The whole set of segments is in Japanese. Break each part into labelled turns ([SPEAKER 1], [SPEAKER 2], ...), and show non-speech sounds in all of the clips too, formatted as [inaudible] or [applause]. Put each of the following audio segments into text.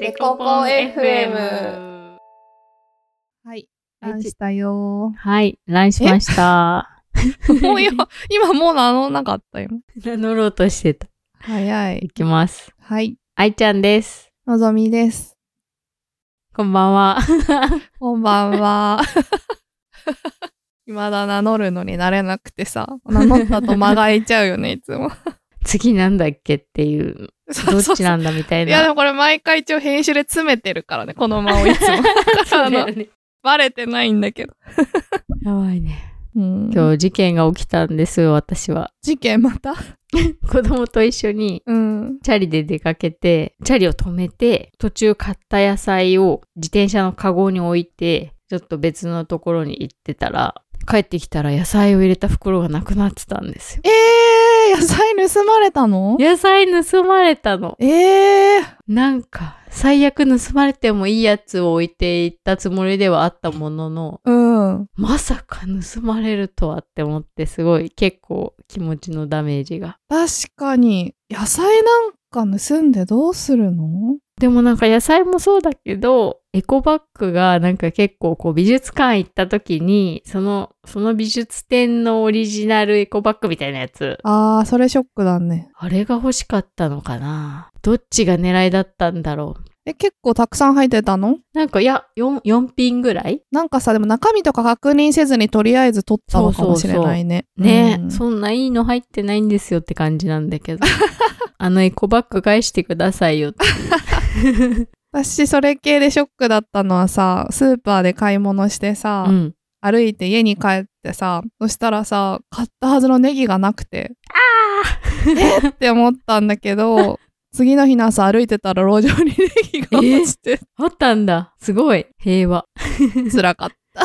[SPEAKER 1] デコポン FM。
[SPEAKER 2] はい。ランしたよ
[SPEAKER 1] はい、ランしました。
[SPEAKER 2] [laughs] もう今、今もう名乗んなかったよ。
[SPEAKER 1] [laughs] 名乗ろうとしてた。
[SPEAKER 2] 早い
[SPEAKER 1] い。きます。
[SPEAKER 2] はい。
[SPEAKER 1] 愛ちゃんです。
[SPEAKER 2] のぞみです。
[SPEAKER 1] こんばんは。
[SPEAKER 2] こんばん [laughs] は。未だ名乗るのになれなくてさ、名乗ったと間が空いちゃうよね、いつ [laughs] も。
[SPEAKER 1] 次なんだっけって [laughs] いう、どっちなんだみたい
[SPEAKER 2] いや、で
[SPEAKER 1] な。
[SPEAKER 2] もこれ毎回一応編集で詰めてるからね、この間をいつ [laughs] も。だから
[SPEAKER 1] そ
[SPEAKER 2] あの
[SPEAKER 1] うだよね
[SPEAKER 2] バレてないんだけど。
[SPEAKER 1] やばいね。
[SPEAKER 2] うん
[SPEAKER 1] 今日事件が起きたんですよ、私は。
[SPEAKER 2] 事件また
[SPEAKER 1] 子供と一緒に
[SPEAKER 2] うん。
[SPEAKER 1] チャリで出かけて、チャリを止めて、途中買った野菜を自転車のカゴに置いて、ちょっと別のところに行ってたら、帰ってきたら野菜を入れた袋がなくなってたんですよ。
[SPEAKER 2] えー、野菜盗まれたの
[SPEAKER 1] 野菜盗まれたの。
[SPEAKER 2] えー、
[SPEAKER 1] なんか、最悪盗まれてもいいやつを置いていったつもりではあったものの、
[SPEAKER 2] うん。
[SPEAKER 1] まさか盗まれるとはって思って、すごい結構気持ちのダメージが。
[SPEAKER 2] 確かに、野菜なんか盗んでどうするの
[SPEAKER 1] でもなんか野菜もそうだけど、エコバッグがなんか結構こう美術館行った時に、その、その美術展のオリジナルエコバッグみたいなやつ、
[SPEAKER 2] あー、それショックだね。
[SPEAKER 1] あれが欲しかったのかなどっちが狙いだったんだろう
[SPEAKER 2] え、結構たくさん入ってたの
[SPEAKER 1] なんかいや、4, 4品ぐらい
[SPEAKER 2] なんかさ、でも中身とか確認せずにとりあえず取ったのかもしれないね。
[SPEAKER 1] ねえ、
[SPEAKER 2] うん
[SPEAKER 1] そんないいの入ってないんですよって感じなんだ
[SPEAKER 2] [laughs]
[SPEAKER 1] けど。あのエコバッグ返してくださいよって。
[SPEAKER 2] 私、それ系でショックだったのはさ、スーパーで買い物してさ、
[SPEAKER 1] うん。
[SPEAKER 2] 歩いて家に帰ってさ、そしたらさ、買ったはずのネギがなくて、えって思ったんだけど、次の日の朝歩いてたら路上にネギが落ちて、
[SPEAKER 1] あったんだ。すごい。平和。
[SPEAKER 2] 辛かった。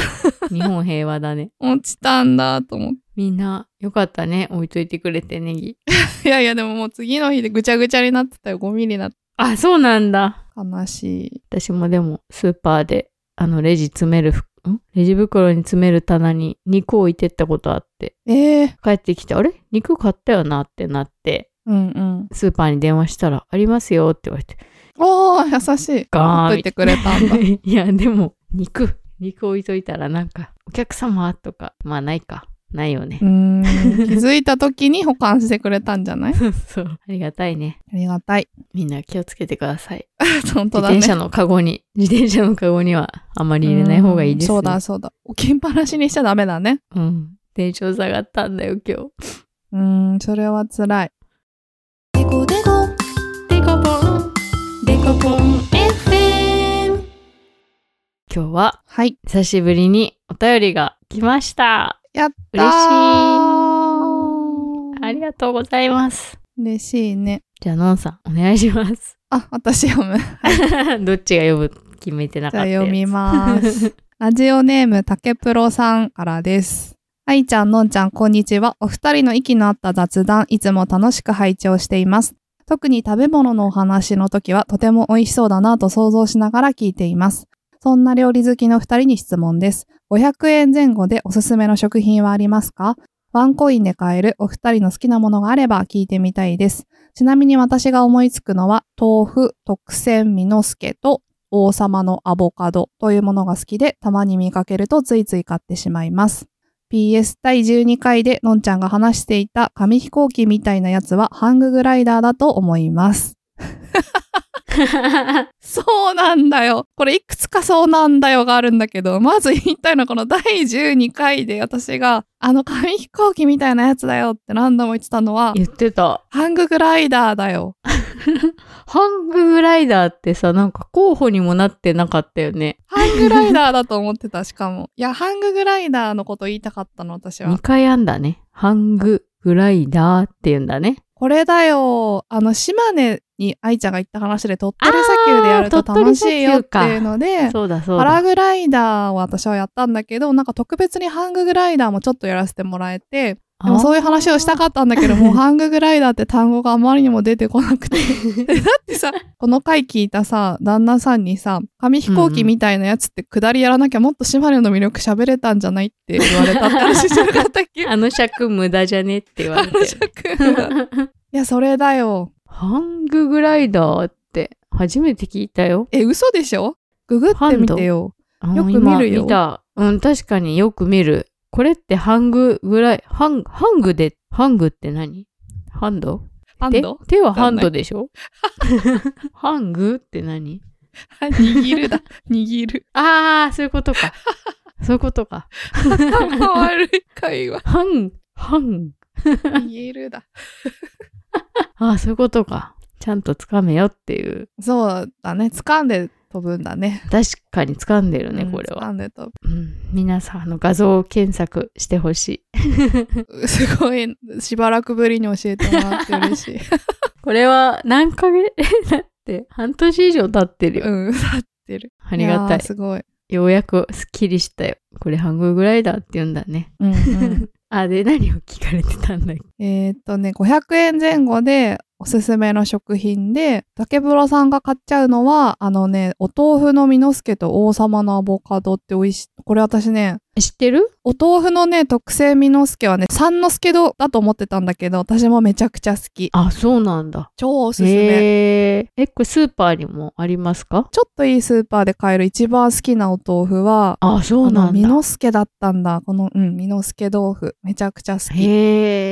[SPEAKER 1] 日本平和だね。 [laughs]
[SPEAKER 2] 落ちたんだと思って。
[SPEAKER 1] みんな、よかったね。置いといてくれてネギ。
[SPEAKER 2] [laughs] いやいや、でももう次の日でぐちゃぐちゃになってたよ。ゴミになって
[SPEAKER 1] あ、そうなんだ。
[SPEAKER 2] 悲しい。
[SPEAKER 1] 私もでも、スーパーで、あの、レジ詰めるふ、んレジ袋に詰める棚に肉置いてったことあって、
[SPEAKER 2] ええ
[SPEAKER 1] 帰ってきて、あれ肉買ったよなってなって、
[SPEAKER 2] うんうん。
[SPEAKER 1] スーパーに電話したら、ありますよって言われて、
[SPEAKER 2] おー、優しい。
[SPEAKER 1] ガーン
[SPEAKER 2] ほっといてくれたんだ。
[SPEAKER 1] [laughs] いや、でも、肉、肉置いといたらなんか、お客様とか、まあないか。ないよね
[SPEAKER 2] [laughs] う。ん。気づいた時に保管してくれたんじゃない
[SPEAKER 1] [laughs] そう。ありがたいね。
[SPEAKER 2] ありがたい。
[SPEAKER 1] みんな気をつけてください。
[SPEAKER 2] [laughs] 本
[SPEAKER 1] 自
[SPEAKER 2] 当だね。
[SPEAKER 1] 転車のカゴに、自転車のカゴにはあまり入れない方がいいです、ね。
[SPEAKER 2] うんそうだ。そうだ。置きっぱなしにしちゃダメだね。
[SPEAKER 1] うん。テンション下がったんだよ、今日。
[SPEAKER 2] うん、それは辛い。
[SPEAKER 1] デコデコ、デコポン、デコポン FM。今日は
[SPEAKER 2] はい。
[SPEAKER 1] 久しぶりにお便りが来ました。
[SPEAKER 2] やった
[SPEAKER 1] 嬉しい。
[SPEAKER 2] ー
[SPEAKER 1] ありがとうございます。
[SPEAKER 2] 嬉しいね。
[SPEAKER 1] じゃあ、のんさん、お願いします。 [laughs]
[SPEAKER 2] あ、私読む。
[SPEAKER 1] どっちが読む決めてな
[SPEAKER 2] じ
[SPEAKER 1] かっ
[SPEAKER 2] ゃあ
[SPEAKER 1] たやつ
[SPEAKER 2] 読みます。 [laughs] ラジオネーム、竹プロさんからです。愛ちゃん、のんちゃん、こんにちは。お二人の息の合った雑談、いつも楽しく拝聴しています。特に食べ物のお話の時は、とても美味しそうだなと想像しながら聞いています。そんな料理好きの二人に質問です。500円前後でおすすめの食品はありますかワンコインで買えるお二人の好きなものがあれば聞いてみたいです。ちなみに私が思いつくのは、豆腐、特選、美之助と、王様のアボカドというものが好きで、たまに見かけるとついつい買ってしまいます。PS 第12回でのんちゃんが話していた紙飛行機みたいなやつはハンググライダーだと思います。そうなんだよ。これいくつかそうなんだよがあるんだけど、 [laughs] まず言いたいのはこの第12回で私があの紙飛行機みたいなやつだよって何度も言ってたのは、
[SPEAKER 1] [laughs] 言ってた。
[SPEAKER 2] ハンググライダーだよ。
[SPEAKER 1] ハンググライダーってさ、なんか候補にもなってなかったよね。
[SPEAKER 2] ハンググライダーだと思ってた、しかも。いや、ハンググライダーのこと言いたかったの、私は
[SPEAKER 1] 2。回あんだね。ハンググライダーって言うんだね。
[SPEAKER 2] これだよ。あの、島根に愛ちゃんが行った話で、鳥取砂丘でやると
[SPEAKER 1] あー鳥
[SPEAKER 2] 楽
[SPEAKER 1] 取
[SPEAKER 2] し
[SPEAKER 1] 砂
[SPEAKER 2] いよっ
[SPEAKER 1] 丘
[SPEAKER 2] て
[SPEAKER 1] か
[SPEAKER 2] いうので、
[SPEAKER 1] そうだそう
[SPEAKER 2] パラ
[SPEAKER 1] だ。
[SPEAKER 2] グライダーを私はやったんだけど、なんか特別にハンググライダーもちょっとやらせてもらえて、でもそういう話をしたかったんだ
[SPEAKER 1] [laughs]
[SPEAKER 2] けど、もうハンググライダーって単語があまりにも出てこなくて。だってさ、この回聞いたさ、旦那さんにさ、紙飛行機みたいなやつって下りやらなきゃもっと島根の魅力喋れたんじゃないって言われたって話じゃなかったっ
[SPEAKER 1] [laughs] [laughs]
[SPEAKER 2] け [laughs]
[SPEAKER 1] あの尺無駄じゃねって言わ
[SPEAKER 2] あ
[SPEAKER 1] れて
[SPEAKER 2] の。尺いや、それだよ。
[SPEAKER 1] ハンググライダーって初めて聞いたよ。
[SPEAKER 2] え、嘘でしょググってみてよ。
[SPEAKER 1] あ
[SPEAKER 2] よく
[SPEAKER 1] 今
[SPEAKER 2] 見るよ
[SPEAKER 1] 見た。うん、確かによく見る。これってハングぐらい、ハン、ハングで、ハングって何ハンド
[SPEAKER 2] ハン
[SPEAKER 1] 手
[SPEAKER 2] ド
[SPEAKER 1] 手はハンドでしょ [laughs] ハングって何
[SPEAKER 2] [laughs] 握るだ。握 [laughs] る。
[SPEAKER 1] あー、そういうことか。 [laughs] そういうことか。
[SPEAKER 2] 頭悪い会話。
[SPEAKER 1] ハン、ハン。
[SPEAKER 2] 握るだ。
[SPEAKER 1] あー、そういうことか。ちゃんとつかめよっていう。
[SPEAKER 2] そうだね。掴んで飛ぶんだね。
[SPEAKER 1] 確かに掴んでるね、
[SPEAKER 2] うん
[SPEAKER 1] これは。
[SPEAKER 2] 掴んで飛ぶ。
[SPEAKER 1] うん、皆さん、あの、画像検索してほしい。
[SPEAKER 2] [laughs] すごい、しばらくぶりに教えてもらって嬉しい。
[SPEAKER 1] これは何ヶ月 [laughs] だって、半年以上経ってるよ。
[SPEAKER 2] [laughs] うん、立ってる。
[SPEAKER 1] ありがた
[SPEAKER 2] や
[SPEAKER 1] い
[SPEAKER 2] ー。すごい。
[SPEAKER 1] ようやくすっきりしたよ。これハンググライダーって言うんだね。
[SPEAKER 2] うん [laughs] うん、
[SPEAKER 1] あ、で、何を聞かれてたんだっけ
[SPEAKER 2] えーっとね、500円前後でおすすめの食品で、竹風呂さんが買っちゃうのは、あのね、お豆腐のミノスケと王様のアボカドって美味しい。これ私ね、
[SPEAKER 1] 知ってる
[SPEAKER 2] お豆腐のね、特製ミノスケはね、三之助堂だと思ってたんだけど、私もめちゃくちゃ好き。
[SPEAKER 1] あ、そうなんだ。
[SPEAKER 2] 超おすすめ。
[SPEAKER 1] へえ。え、これスーパーにもありますか
[SPEAKER 2] ちょっといいスーパーで買える一番好きなお豆腐は、
[SPEAKER 1] あ、そ
[SPEAKER 2] あ
[SPEAKER 1] うな
[SPEAKER 2] の、
[SPEAKER 1] ん
[SPEAKER 2] ミ
[SPEAKER 1] だ。
[SPEAKER 2] ノスケだったんだ。この、うん、ミノスケ豆腐。めちゃくちゃ好き。
[SPEAKER 1] へ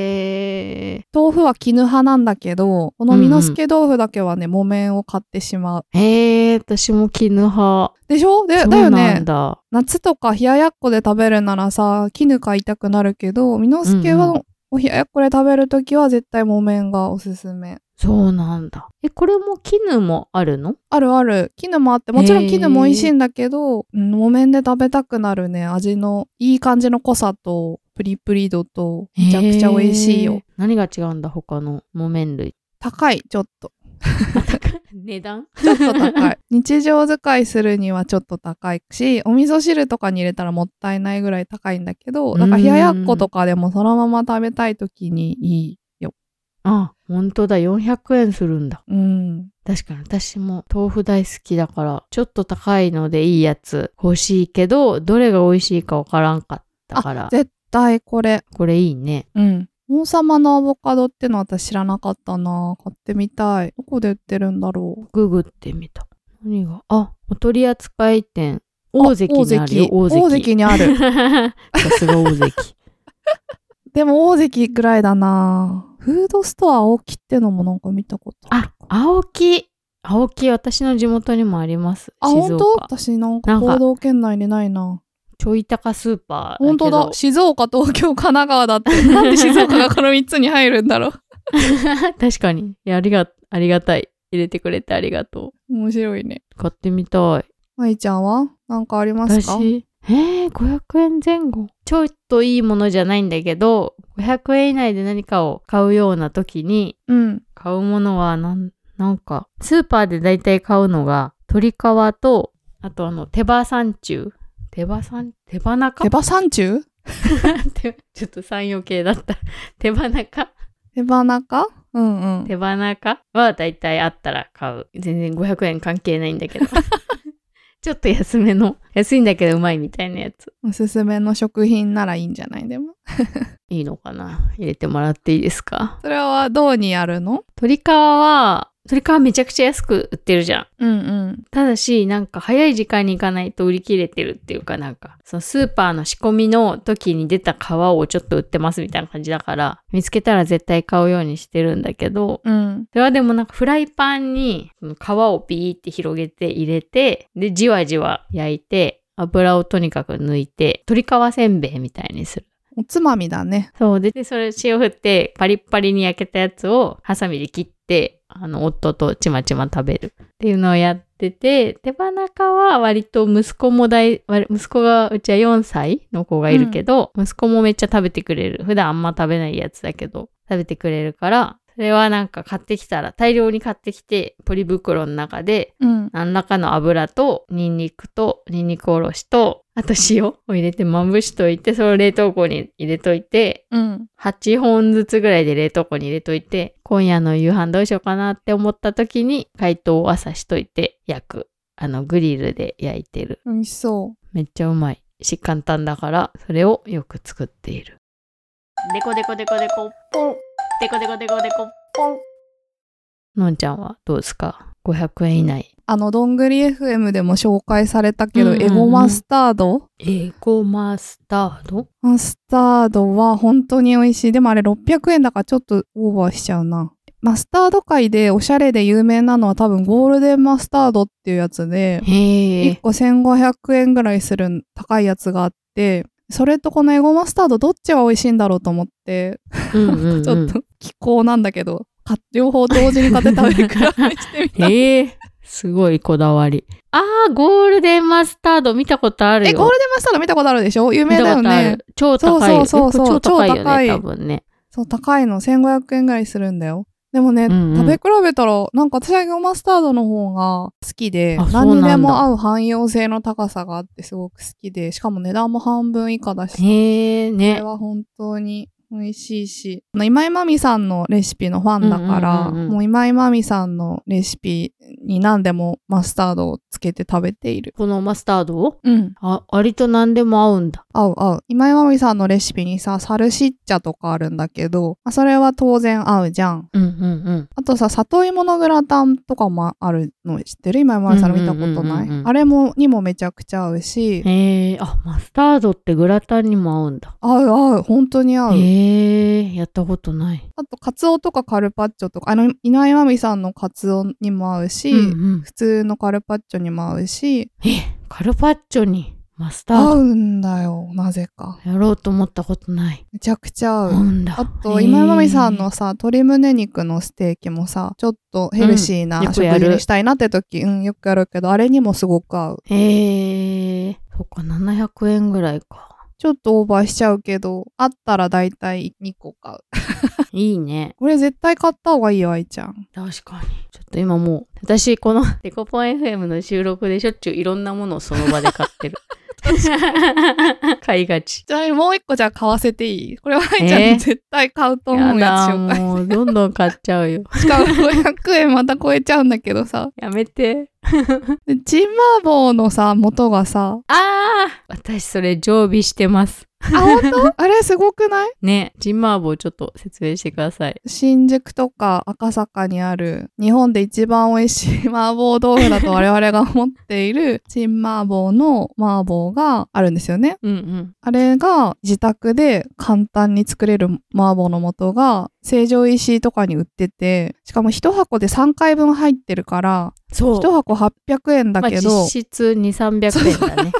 [SPEAKER 1] え。
[SPEAKER 2] 豆腐は絹派なんだけど、このミノスケ豆腐だけはね、木綿を買ってしまう。
[SPEAKER 1] へえ、私も絹派。
[SPEAKER 2] でしょで
[SPEAKER 1] そ
[SPEAKER 2] だ
[SPEAKER 1] う
[SPEAKER 2] よ
[SPEAKER 1] な
[SPEAKER 2] ね
[SPEAKER 1] ん。だ。
[SPEAKER 2] 夏とか冷ややっこで食べるならさ、絹買いたくなるけど、ミノスケ
[SPEAKER 1] うんう
[SPEAKER 2] はお冷ややっこで食べるときは絶対木綿がおすすめ。
[SPEAKER 1] そうなんだ。え、これも絹もあるの
[SPEAKER 2] あるある。絹もあって、もちろん絹も美味しいんだけど、うん木綿で食べたくなるね。味のいい感じの濃さと、プリプリ度と、めちゃくちゃ美味しい
[SPEAKER 1] へ
[SPEAKER 2] よ
[SPEAKER 1] え。。何が違うんだ他の木綿類。
[SPEAKER 2] 高い、ちょっと。
[SPEAKER 1] 値段
[SPEAKER 2] ちょっと高い。日常使いするにはちょっと高いし、お味噌汁とかに入れたらもったいないぐらい高いんだけど、なんか冷ややっことかでもそのまま食べたい時にいいよ。
[SPEAKER 1] あ、本当だ。400円するんだ。
[SPEAKER 2] うん。
[SPEAKER 1] 確かに私も豆腐大好きだから、ちょっと高いのでいいやつ欲しいけど、どれが美味しいかわからんかったから、
[SPEAKER 2] 絶対これ。
[SPEAKER 1] これいいね。
[SPEAKER 2] うん。王様のアボカドってのは私知らなかったな買ってみたい。どこで売ってるんだろう。
[SPEAKER 1] ググってみた。何があ、お取り扱い店。大関にあるよ、
[SPEAKER 2] 大
[SPEAKER 1] 大
[SPEAKER 2] 関
[SPEAKER 1] 関。
[SPEAKER 2] 大関にある。
[SPEAKER 1] [laughs] さすが大関。
[SPEAKER 2] [laughs] でも大関ぐらいだなフードストア青木ってのもなんか見たことある
[SPEAKER 1] あ、青木。青木、私の地元にもあります。
[SPEAKER 2] あ、
[SPEAKER 1] 静
[SPEAKER 2] 本当
[SPEAKER 1] 岡。
[SPEAKER 2] 私なんか
[SPEAKER 1] なんか
[SPEAKER 2] 行動圏内にないな
[SPEAKER 1] ちょい高スーパー。
[SPEAKER 2] 本当だ。静岡、東京、神奈川だって。 [laughs] なんで静岡がこの3つに入るんだろう。
[SPEAKER 1] [laughs] 確かに。いや、ありが、ありがたい。入れてくれてありがと
[SPEAKER 2] [laughs] 面白いね。
[SPEAKER 1] う。買ってみたい。
[SPEAKER 2] 愛ちゃんはなんかありますか
[SPEAKER 1] 私、えー、500円前後。ちょっといいものじゃないんだけど、500円以内で何かを買うような時に、
[SPEAKER 2] うん。
[SPEAKER 1] 買うものはなん、なんか、スーパーで大体買うのが、鶏皮と、あとあの、手羽山中。手羽山、手羽中
[SPEAKER 2] 手羽山中
[SPEAKER 1] 手ちょっと山陽系だった。 [laughs] 手羽中
[SPEAKER 2] 手羽中うんうん。
[SPEAKER 1] 手羽中は大体あったら買う。全然500円関係ないんだけど。ちょっと安めの、安いんだけどうまいみたいなやつ。
[SPEAKER 2] おすすめの食品ならいいんじゃないでも。
[SPEAKER 1] いいのかな入れてもらっていいですか
[SPEAKER 2] それはどうにやるの
[SPEAKER 1] 鶏皮は、鶏皮めちゃくちゃ安く売ってるじゃん。
[SPEAKER 2] うんうん。
[SPEAKER 1] ただし、なんか早い時間に行かないと売り切れてるっていうかなんか、そのスーパーの仕込みの時に出た皮をちょっと売ってますみたいな感じだから、見つけたら絶対買うようにしてるんだけど、
[SPEAKER 2] うん。
[SPEAKER 1] それはでもなんかフライパンにその皮をビーって広げて入れて、で、じわじわ焼いて、油をとにかく抜いて、鶏皮せんべいみたいにする。
[SPEAKER 2] おつまみだね。
[SPEAKER 1] そうで、でそれ塩振ってパリッパリに焼けたやつをハサミで切って、あの、夫とちまちま食べるっていうのをやってて、手羽中は割と息子も大、割息子が、うちは4歳の子がいるけど、息子もめっちゃ食べてくれる。普段あんま食べないやつだけど、食べてくれるから、それはなんか買ってきたら、大量に買ってきて、ポリ袋の中で、
[SPEAKER 2] うん。
[SPEAKER 1] 何らかの油と、ニンニクと、ニンニクおろしと、あと塩を入れてまぶしといて、それを冷凍庫に入れといて、
[SPEAKER 2] うん。
[SPEAKER 1] 8本ずつぐらいで冷凍庫に入れといて、今夜の夕飯どうしようかなって思った時に、解凍を朝しといて焼く。あの、グリルで焼いてる。
[SPEAKER 2] 美味しそ
[SPEAKER 1] めっちゃうまいし、簡単だから、それをよく作っている。デコデコデコデコ、ポン。デコデコデコデコ、ポン。のんちゃんはどうですか500円以内。
[SPEAKER 2] あの、どんぐり FM でも紹介されたけ
[SPEAKER 1] う
[SPEAKER 2] ど、
[SPEAKER 1] んうんうん
[SPEAKER 2] エゴマスタード
[SPEAKER 1] エゴマスタード
[SPEAKER 2] マスタードは本当に美味しい。でもあれ600円だからちょっとオーバーしちゃうな。マスタード界でおしゃれで有名なのは多分ゴールデンマスタードっていうやつで、
[SPEAKER 1] へ
[SPEAKER 2] 1
[SPEAKER 1] え。
[SPEAKER 2] 個1500円ぐらいする高いやつがあって、それとこのエゴマスタードどっちが美味しいんだろうと思って、
[SPEAKER 1] うん
[SPEAKER 2] なんかちょっと気候なんだけど、か [laughs] 両方同時に買って食べ比べしてみた。
[SPEAKER 1] [laughs] へえ。すごいこだわり。あー、ゴールデンマスタード見たことあるよ。
[SPEAKER 2] え、ゴールデンマスタード見たことあるでしょ有名だよ
[SPEAKER 1] 見たことあ
[SPEAKER 2] ね。
[SPEAKER 1] る。超高いよ。
[SPEAKER 2] そうそうそうそう
[SPEAKER 1] 超高いよ
[SPEAKER 2] 超高い
[SPEAKER 1] ね、多分ね。
[SPEAKER 2] そう、高いの。1500円ぐらいするんだよ。でもね、
[SPEAKER 1] うんうん
[SPEAKER 2] 食べ比べたら、なんか私はマスタードの方が好きで
[SPEAKER 1] あ、そう
[SPEAKER 2] 何
[SPEAKER 1] なんだ
[SPEAKER 2] にでも合う汎用性の高さがあってすごく好きで、しかも値段も半分以下だし、
[SPEAKER 1] へえ、
[SPEAKER 2] これ
[SPEAKER 1] ね。
[SPEAKER 2] は本当に美味しいし、あの今井真美さんのレシピのファンだから、
[SPEAKER 1] うんうんうんうん
[SPEAKER 2] もう今井真美さんのレシピに何でもマスタードをつけて食べている。
[SPEAKER 1] このマスタードを
[SPEAKER 2] うん。
[SPEAKER 1] あ、割と何でも合うんだ。
[SPEAKER 2] 合う合う。今井真美さんのレシピにさ、サルシッチャとかあるんだけど、まあそれは当然合うじゃん。
[SPEAKER 1] うんうんうん。
[SPEAKER 2] あとさ、里芋のグラタンとかもあるの知ってる今山さんの見たことな
[SPEAKER 1] うんうんうんうんう
[SPEAKER 2] い。
[SPEAKER 1] ん
[SPEAKER 2] あれも、にもめちゃくちゃ合うし、
[SPEAKER 1] へえ、あ、マスタードってグラタンにも合うんだ。
[SPEAKER 2] 合う合う、本当に合う。
[SPEAKER 1] へえ、やったことない。
[SPEAKER 2] あと、カツオとかカルパッチョとか、あの、井上真美さんのカツオにも合うし、
[SPEAKER 1] うんうん、
[SPEAKER 2] 普通のカルパッチョにも合うし、
[SPEAKER 1] え、カルパッチョにマスタ
[SPEAKER 2] 合
[SPEAKER 1] ー
[SPEAKER 2] うんだよ、なぜか。
[SPEAKER 1] ドやろうと思ったことない。
[SPEAKER 2] めちゃくちゃ合
[SPEAKER 1] 合
[SPEAKER 2] う。
[SPEAKER 1] うんだ。
[SPEAKER 2] あと、
[SPEAKER 1] へえ
[SPEAKER 2] 今井真美さんのさ、鶏胸肉のステーキもさ、ちょっとヘルシー
[SPEAKER 1] うん
[SPEAKER 2] な
[SPEAKER 1] よく
[SPEAKER 2] 食
[SPEAKER 1] やる
[SPEAKER 2] 事にしたいなって時、うん、よくやるけど、あれにもすごく合う。
[SPEAKER 1] へえ、そっか、700円ぐらいか。
[SPEAKER 2] ちょっとオーバーしちゃうけど、あったらだいたい2個買う。
[SPEAKER 1] いいね。
[SPEAKER 2] これ絶対買った方がいいよ、愛ちゃん。
[SPEAKER 1] 確かに。ちょっと今もう、私、このデコポン FM の収録でしょっちゅういろんなものをその場で買ってる。買いがち。
[SPEAKER 2] ちなみにもう1個じゃあ買わせていいこれは愛ちゃん
[SPEAKER 1] えー
[SPEAKER 2] に絶対買うと思
[SPEAKER 1] や
[SPEAKER 2] うやつ
[SPEAKER 1] だ、
[SPEAKER 2] 紹介。
[SPEAKER 1] もう、どんどん買っちゃうよ。
[SPEAKER 2] しかも500円また超えちゃうんだけどさ。
[SPEAKER 1] やめて。
[SPEAKER 2] でチンマーボーのさ、元が [laughs] さ、
[SPEAKER 1] ああ私それ常備してます。
[SPEAKER 2] あ、本当あれすごくない
[SPEAKER 1] ね、ジンマーボーちょっと説明してください。
[SPEAKER 2] 新宿とか赤坂にある日本で一番美味しい麻婆豆腐だと我々が思っているチンマーボーの麻婆があるんですよね。
[SPEAKER 1] うんうん。
[SPEAKER 2] あれが自宅で簡単に作れる麻婆の素が成城石井とかに売ってて、しかも一箱で3回分入ってるから、
[SPEAKER 1] そう。
[SPEAKER 2] 一箱800円だ
[SPEAKER 1] まあ
[SPEAKER 2] け
[SPEAKER 1] 実
[SPEAKER 2] ど、
[SPEAKER 1] 質2、300円だね。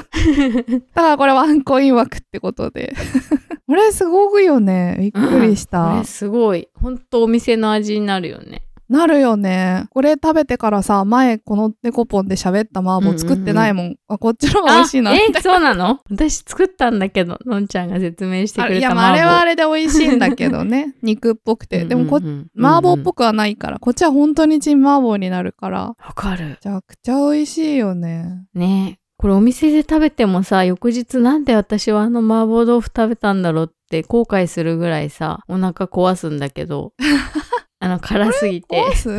[SPEAKER 2] だからこれワンコイン枠ってことで。 [laughs] これすごくよね。びっくりし
[SPEAKER 1] こ
[SPEAKER 2] た
[SPEAKER 1] れ。すごい。ほんとお店の味になるよね。
[SPEAKER 2] なるよね。これ食べてからさ、前このデコポンで喋った麻婆作ってないもん。あこっちの方が美味しいな。
[SPEAKER 1] あえ、そうなの私作ったんだけど、のんちゃんが説明して
[SPEAKER 2] あ
[SPEAKER 1] く
[SPEAKER 2] れ
[SPEAKER 1] れ
[SPEAKER 2] い
[SPEAKER 1] た
[SPEAKER 2] や、
[SPEAKER 1] 麻
[SPEAKER 2] まあ、あ
[SPEAKER 1] 婆
[SPEAKER 2] れはあれで美味しいんだけ
[SPEAKER 1] [laughs]
[SPEAKER 2] どね。肉っぽくて。でもこ、
[SPEAKER 1] うんうんうん
[SPEAKER 2] 麻婆っぽくはないから、こっちは本当にチン麻婆になるから、
[SPEAKER 1] わかる。
[SPEAKER 2] めちゃくちゃ美味しいよね。
[SPEAKER 1] ねこれお店で食べてもさ、翌日なんで私はあの麻婆豆腐食べたんだろうって後悔するぐらいさ、お腹壊すんだけ
[SPEAKER 2] [laughs]
[SPEAKER 1] ど、あの辛すぎて
[SPEAKER 2] コ。ース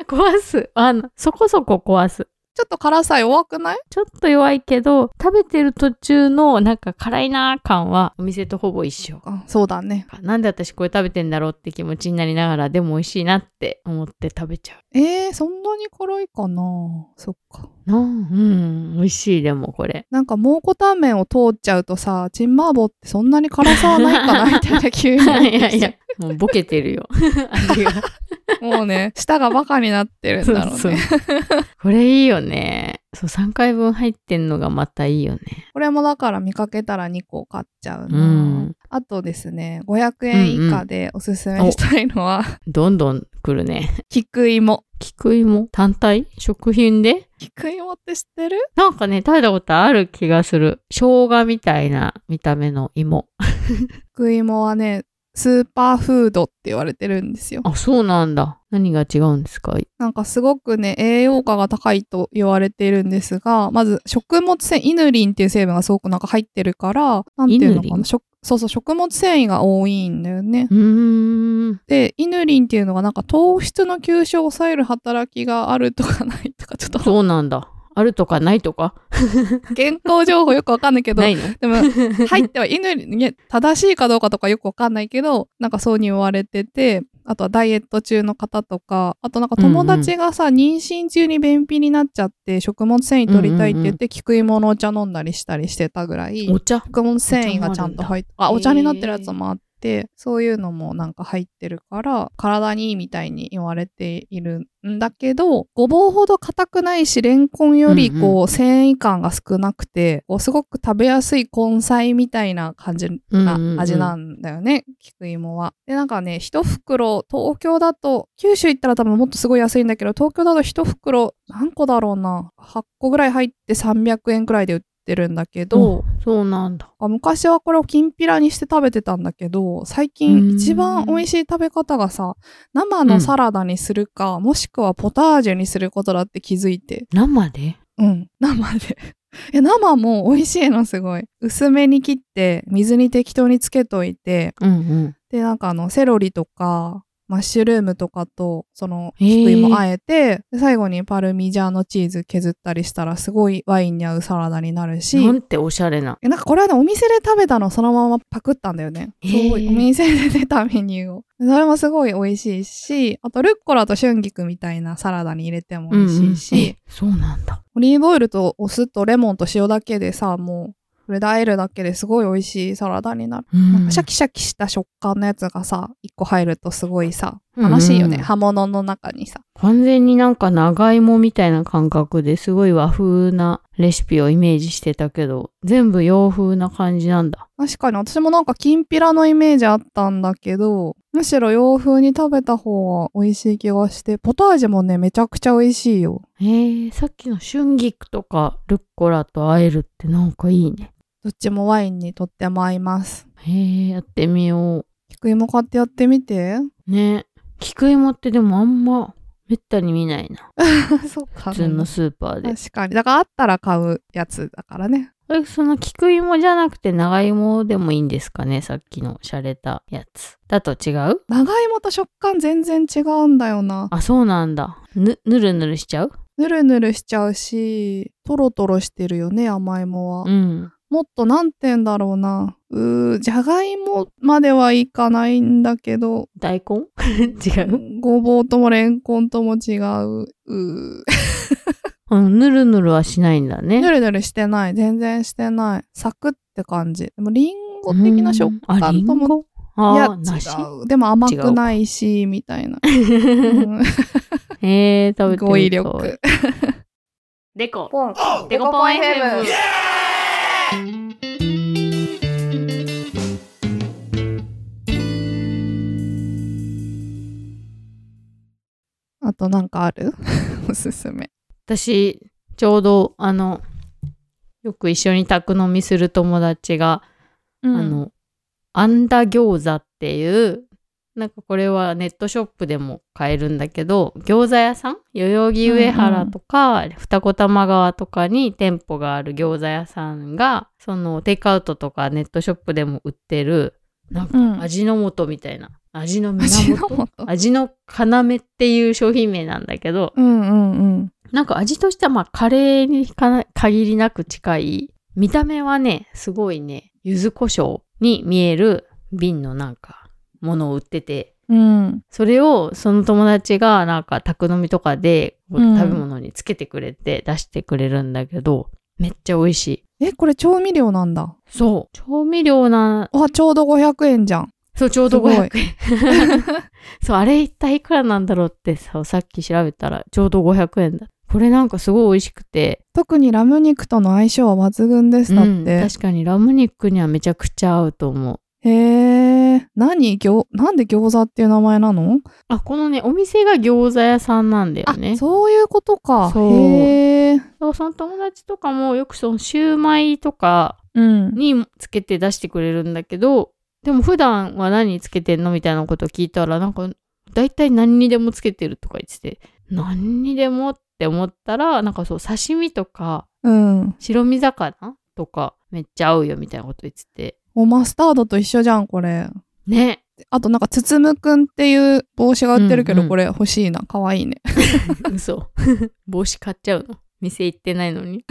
[SPEAKER 2] [laughs]
[SPEAKER 1] 壊す。あの、そこそこ壊す。
[SPEAKER 2] ちょっと辛さ弱くない
[SPEAKER 1] ちょっと弱いけど、食べてる途中のなんか辛いなー感はお店とほぼ一緒。
[SPEAKER 2] あそうだね。
[SPEAKER 1] なんで私これ食べてんだろうって気持ちになりながら、でも美味しいなって思って食べちゃう。
[SPEAKER 2] えー、そんなに辛いかなそっか。
[SPEAKER 1] なあうん、美味しいでもこれ。
[SPEAKER 2] なんか蒙古タンメンを通っちゃうとさ、チンマーボーってそんなに辛さはないかなみたいな [laughs]
[SPEAKER 1] [laughs]
[SPEAKER 2] 急
[SPEAKER 1] い
[SPEAKER 2] になっ
[SPEAKER 1] や
[SPEAKER 2] てき
[SPEAKER 1] い
[SPEAKER 2] ちゃ
[SPEAKER 1] やい
[SPEAKER 2] う。
[SPEAKER 1] や、もうボケてる [laughs] よ。味が。
[SPEAKER 2] もうね、舌がバカになってるんだろうね。
[SPEAKER 1] そうそうこれいいよね。そう、3回分入ってんのがまたいいよね。
[SPEAKER 2] これもだから見かけたら2個買っちゃうな。
[SPEAKER 1] うん
[SPEAKER 2] あとですね、500円以下でおすすめしたいのは、
[SPEAKER 1] どんどん来るね。
[SPEAKER 2] [laughs] 菊芋。
[SPEAKER 1] 菊芋単体食品で
[SPEAKER 2] 菊芋って知ってる
[SPEAKER 1] なんかね、食べたことある気がする。生姜みたいな見た目の芋。
[SPEAKER 2] 菊芋はね、スーパーフードって言われてるんですよ。
[SPEAKER 1] あ、そうなんだ。何が違うんですか
[SPEAKER 2] なんかすごくね、栄養価が高いと言われているんですが、まず食物繊維、イヌリンっていう成分がすごくなんか入ってるから、なんていうの
[SPEAKER 1] イヌ
[SPEAKER 2] か
[SPEAKER 1] リン
[SPEAKER 2] な、食そうそう、食物繊維が多いんだよね。
[SPEAKER 1] うーん。
[SPEAKER 2] で、イヌリンっていうのがなんか糖質の吸収を抑える働きがあるとかないとか、ちょっと
[SPEAKER 1] そうなんだ。あるとかないとか
[SPEAKER 2] 健康情報よくわかんないけど、
[SPEAKER 1] ないの
[SPEAKER 2] でも、 [laughs] 入ってはイヌリン、いや正しいかどうかとかよくわかんないけど、なんかそうに言われてて、あとはダイエット中の方とか、あとなんか友達がさ、妊娠中に便秘になっちゃって、食物繊維取りたいって言って、菊芋のお茶飲んだりしたりしてたぐらい、
[SPEAKER 1] お茶
[SPEAKER 2] 食物繊維がちゃんと入って、あ、お茶になってるやつもあって、そういうのもなんか入ってるから、体にいいみたいに言われているんだけど、ごぼうほど硬くないし、レンコンよりこう、
[SPEAKER 1] うん
[SPEAKER 2] 繊維感が少なくて、こうすごく食べやすい根菜みたいな感じな味なんだよね、菊芋は。で、なんかね、一袋、東京だと、九州行ったら多分もっとすごい安いんだけど、東京だと一袋、何個だろうな、8個ぐらい入って300円くらいで売ってるんだけ
[SPEAKER 1] う
[SPEAKER 2] ど、
[SPEAKER 1] んそうなんだ。
[SPEAKER 2] あ昔はこれをきんぴらにして食べてたんだけど、最
[SPEAKER 1] う
[SPEAKER 2] 近
[SPEAKER 1] ん
[SPEAKER 2] 一番美味しい食べ方がさ、生のサラダにするか、もしくはポタージュにすることだって気づいて。
[SPEAKER 1] 生で
[SPEAKER 2] うん、生で。 [laughs] え生も美味しいのすごい。薄めに切って、水に適当につけといて、
[SPEAKER 1] うん
[SPEAKER 2] で、なんかあの、セロリとか、マッシュルームとかと、その、
[SPEAKER 1] へー
[SPEAKER 2] 菊芋あえて、で最後にパルミジャーノチーズ削ったりしたら、すごいワインに合うサラダになる
[SPEAKER 1] う
[SPEAKER 2] し
[SPEAKER 1] ん。、なんておしゃれな。
[SPEAKER 2] えなんかこれはね、お店で食べたのそのままパクったんだよね。
[SPEAKER 1] へ
[SPEAKER 2] す
[SPEAKER 1] ー
[SPEAKER 2] ごい。お店で出たメニューを。 [laughs] それもすごい美味しいし、あとルッコラと春菊みたいなサラダに入れても美味しい
[SPEAKER 1] う
[SPEAKER 2] し、
[SPEAKER 1] んうんえそうなんだ。
[SPEAKER 2] [laughs] オリーブオイルとお酢とレモンと塩だけでさ、もう、これで和えるだけですごい美味しいサラダになる。
[SPEAKER 1] うん
[SPEAKER 2] なんかシャキシャキした食感のやつがさ、一個入るとすごいさ、楽しいよね。
[SPEAKER 1] うん
[SPEAKER 2] 葉物の中にさ。
[SPEAKER 1] 完全になんか長芋みたいな感覚ですごい和風なレシピをイメージしてたけど、全部洋風な感じなんだ。
[SPEAKER 2] 確かに私もなんかきんぴらのイメージあったんだけど、むしろ洋風に食べた方が美味しい気がして、ポタージュもね、めちゃくちゃ美味しいよ。
[SPEAKER 1] えー、さっきの春菊とかルッコラと和えるってなんかいいね。
[SPEAKER 2] どっちもワインにとっても合います。
[SPEAKER 1] えー、やってみよう。
[SPEAKER 2] 菊芋買ってやってみて。 [laughs]
[SPEAKER 1] ね。菊芋ってでもあんまめったに見ないな。
[SPEAKER 2] そうか。
[SPEAKER 1] 普通のスーパーで。
[SPEAKER 2] 確かに。だからあったら買うやつだからね。
[SPEAKER 1] えその菊芋じゃなくて長芋でもいいんですかねさっきの洒落たやつ。だと違う
[SPEAKER 2] 長芋と食感全然違うんだよな。
[SPEAKER 1] あ、そうなんだ。ぬ、ぬるぬるしちゃう
[SPEAKER 2] ぬるぬるしちゃうし、トロトロしてるよね、甘芋は。
[SPEAKER 1] うん。
[SPEAKER 2] もっとなんて言うんだろうな。うー、じゃがいもまではいかないんだけど、
[SPEAKER 1] 大根
[SPEAKER 2] [laughs]
[SPEAKER 1] 違う
[SPEAKER 2] ごぼうともレンコンとも違う。うー
[SPEAKER 1] うん、ぬるぬるはしないんだ
[SPEAKER 2] ぬ
[SPEAKER 1] ね。
[SPEAKER 2] るぬるしてない。全然してない。サクって感じ。でもリンゴ的な食
[SPEAKER 1] うんあ、リ
[SPEAKER 2] 感
[SPEAKER 1] ン
[SPEAKER 2] とも。
[SPEAKER 1] ゴあー
[SPEAKER 2] いや、
[SPEAKER 1] 梨
[SPEAKER 2] 違う。でも甘くないし、みたいな。うん
[SPEAKER 1] [laughs] えー、食べてみたい。
[SPEAKER 2] 語彙力。
[SPEAKER 1] デコ。
[SPEAKER 2] ポン
[SPEAKER 1] デコポン FM。
[SPEAKER 2] あとなんかある [laughs] おすすめ。
[SPEAKER 1] 私、ちょうど、あの、よく一緒に宅飲みする友達が、あの、アンダ餃子っていう、なんかこれはネットショップでも買えるんだけど、餃子屋さん代々木上原とか、二子玉川とかに店舗がある餃子屋さんが、そのテイクアウトとかネットショップでも売ってる、なん
[SPEAKER 2] う
[SPEAKER 1] か
[SPEAKER 2] ん、
[SPEAKER 1] 味の素みたいな、味の
[SPEAKER 2] 味の
[SPEAKER 1] 源
[SPEAKER 2] 素。
[SPEAKER 1] 味の要っていう商品名なんだけど、
[SPEAKER 2] うんうんうん。
[SPEAKER 1] なんか味としてはまあカレーにかな限りなく近い。見た目はね、すごいね、柚子胡椒に見える瓶のなんかものを売ってて、
[SPEAKER 2] うん。
[SPEAKER 1] それをその友達がなんか宅飲みとかでこう
[SPEAKER 2] うん
[SPEAKER 1] 食べ物につけてくれて出してくれるんだけど、めっちゃ美味しい。
[SPEAKER 2] え、これ調味料なんだ。
[SPEAKER 1] そう。調味料な、
[SPEAKER 2] あ、ちょうど500円じゃん。
[SPEAKER 1] そう、ちょうど
[SPEAKER 2] すごい
[SPEAKER 1] 500円。 [laughs] そう、あれ一体いくらなんだろうってさ、さっき調べたらちょうど500円だ。これなんかすごい美味しくて、
[SPEAKER 2] 特にラム肉との相性は抜群です。だって。
[SPEAKER 1] うん、確かにラム肉にはめちゃくちゃ合うと思う
[SPEAKER 2] へえ、何餃なんで餃子っていう名前なの、
[SPEAKER 1] あこのねお店が餃子屋さんなんだよね
[SPEAKER 2] あ、そういうことか。
[SPEAKER 1] そう
[SPEAKER 2] へえ。
[SPEAKER 1] そうその友達とかもよくそのシューマイとか
[SPEAKER 2] うん。
[SPEAKER 1] につけて出してくれるんだけどでも普段は何につけてんのみたいなことを聞いたらなんか大体何にでもつけてるとか言ってて何にでもって思ったらなんかそう刺身とか
[SPEAKER 2] うん。
[SPEAKER 1] 白身魚とかめっちゃ合うよみたいなこと言ってて
[SPEAKER 2] おマスタードと一緒じゃん、これ。
[SPEAKER 1] ね [laughs]
[SPEAKER 2] あとなんか、つつむくんっていう帽子が売ってるけど、
[SPEAKER 1] うんうん
[SPEAKER 2] これ欲しいな。かわいいね。
[SPEAKER 1] 嘘帽子買っちゃう [laughs] の店行ってないのに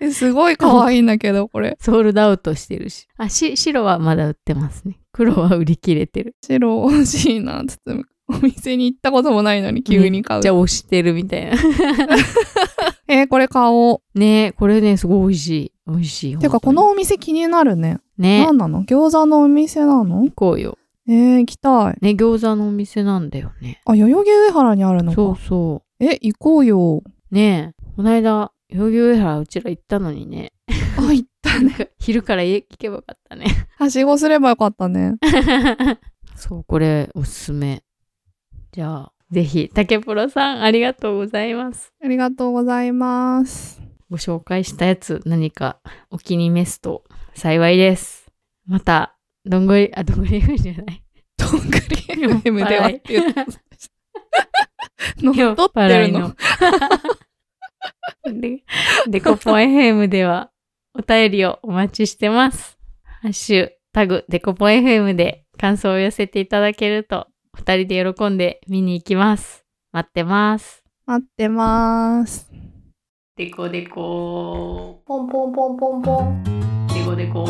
[SPEAKER 2] えすごいかわいいんだけど、これ。
[SPEAKER 1] ソールドアウトしてるし。あ、し、白はまだ売ってますね。黒は売り切れ
[SPEAKER 2] [laughs]
[SPEAKER 1] てる。
[SPEAKER 2] 白欲しいな、つって。お店に行ったこともないのに急に買う。
[SPEAKER 1] じゃあ押してるみたいな。 [laughs]
[SPEAKER 2] えーこれ買おう。
[SPEAKER 1] ねえ、これね、すごい美味しい。美味しい。
[SPEAKER 2] てか、こ
[SPEAKER 1] 本当に
[SPEAKER 2] のお店気になるね。
[SPEAKER 1] ね、
[SPEAKER 2] 何なの餃子のお店なの
[SPEAKER 1] 行こうよ。
[SPEAKER 2] えー、行きたい。
[SPEAKER 1] ね、餃子のお店なんだよね。
[SPEAKER 2] あ、代々木上原にあるのか。
[SPEAKER 1] そうそ
[SPEAKER 2] え、行こうよ。
[SPEAKER 1] う。ねえ、この間、代々木上原うちら行ったのに
[SPEAKER 2] [laughs]
[SPEAKER 1] ね。
[SPEAKER 2] あ、行ったね。
[SPEAKER 1] 昼から家聞けばよかったね。 [laughs]
[SPEAKER 2] はしごすればよかったね。
[SPEAKER 1] そう、これ、おすすめ。じゃあ、ぜひ、竹プロさん、ありがとうございます。
[SPEAKER 2] ありがとうございます。
[SPEAKER 1] ご紹介したやつ、何かお気に召すと幸いです。また、どんぐり、あ、どんぐり F じゃ [laughs] ない。
[SPEAKER 2] どんぐり FM ではって言ってました。乗っ取って
[SPEAKER 1] 払
[SPEAKER 2] る
[SPEAKER 1] い
[SPEAKER 2] の。。
[SPEAKER 1] [laughs] で、デコポン FM ではお便りをお待ちしてます。ハッシュタグデコポン FM で感想を寄せていただけると、二人で喜んで見に行きます。待ってます。
[SPEAKER 2] 待ってます。
[SPEAKER 1] デコデコ
[SPEAKER 2] ポンポンポンポンポン。
[SPEAKER 1] デコデコ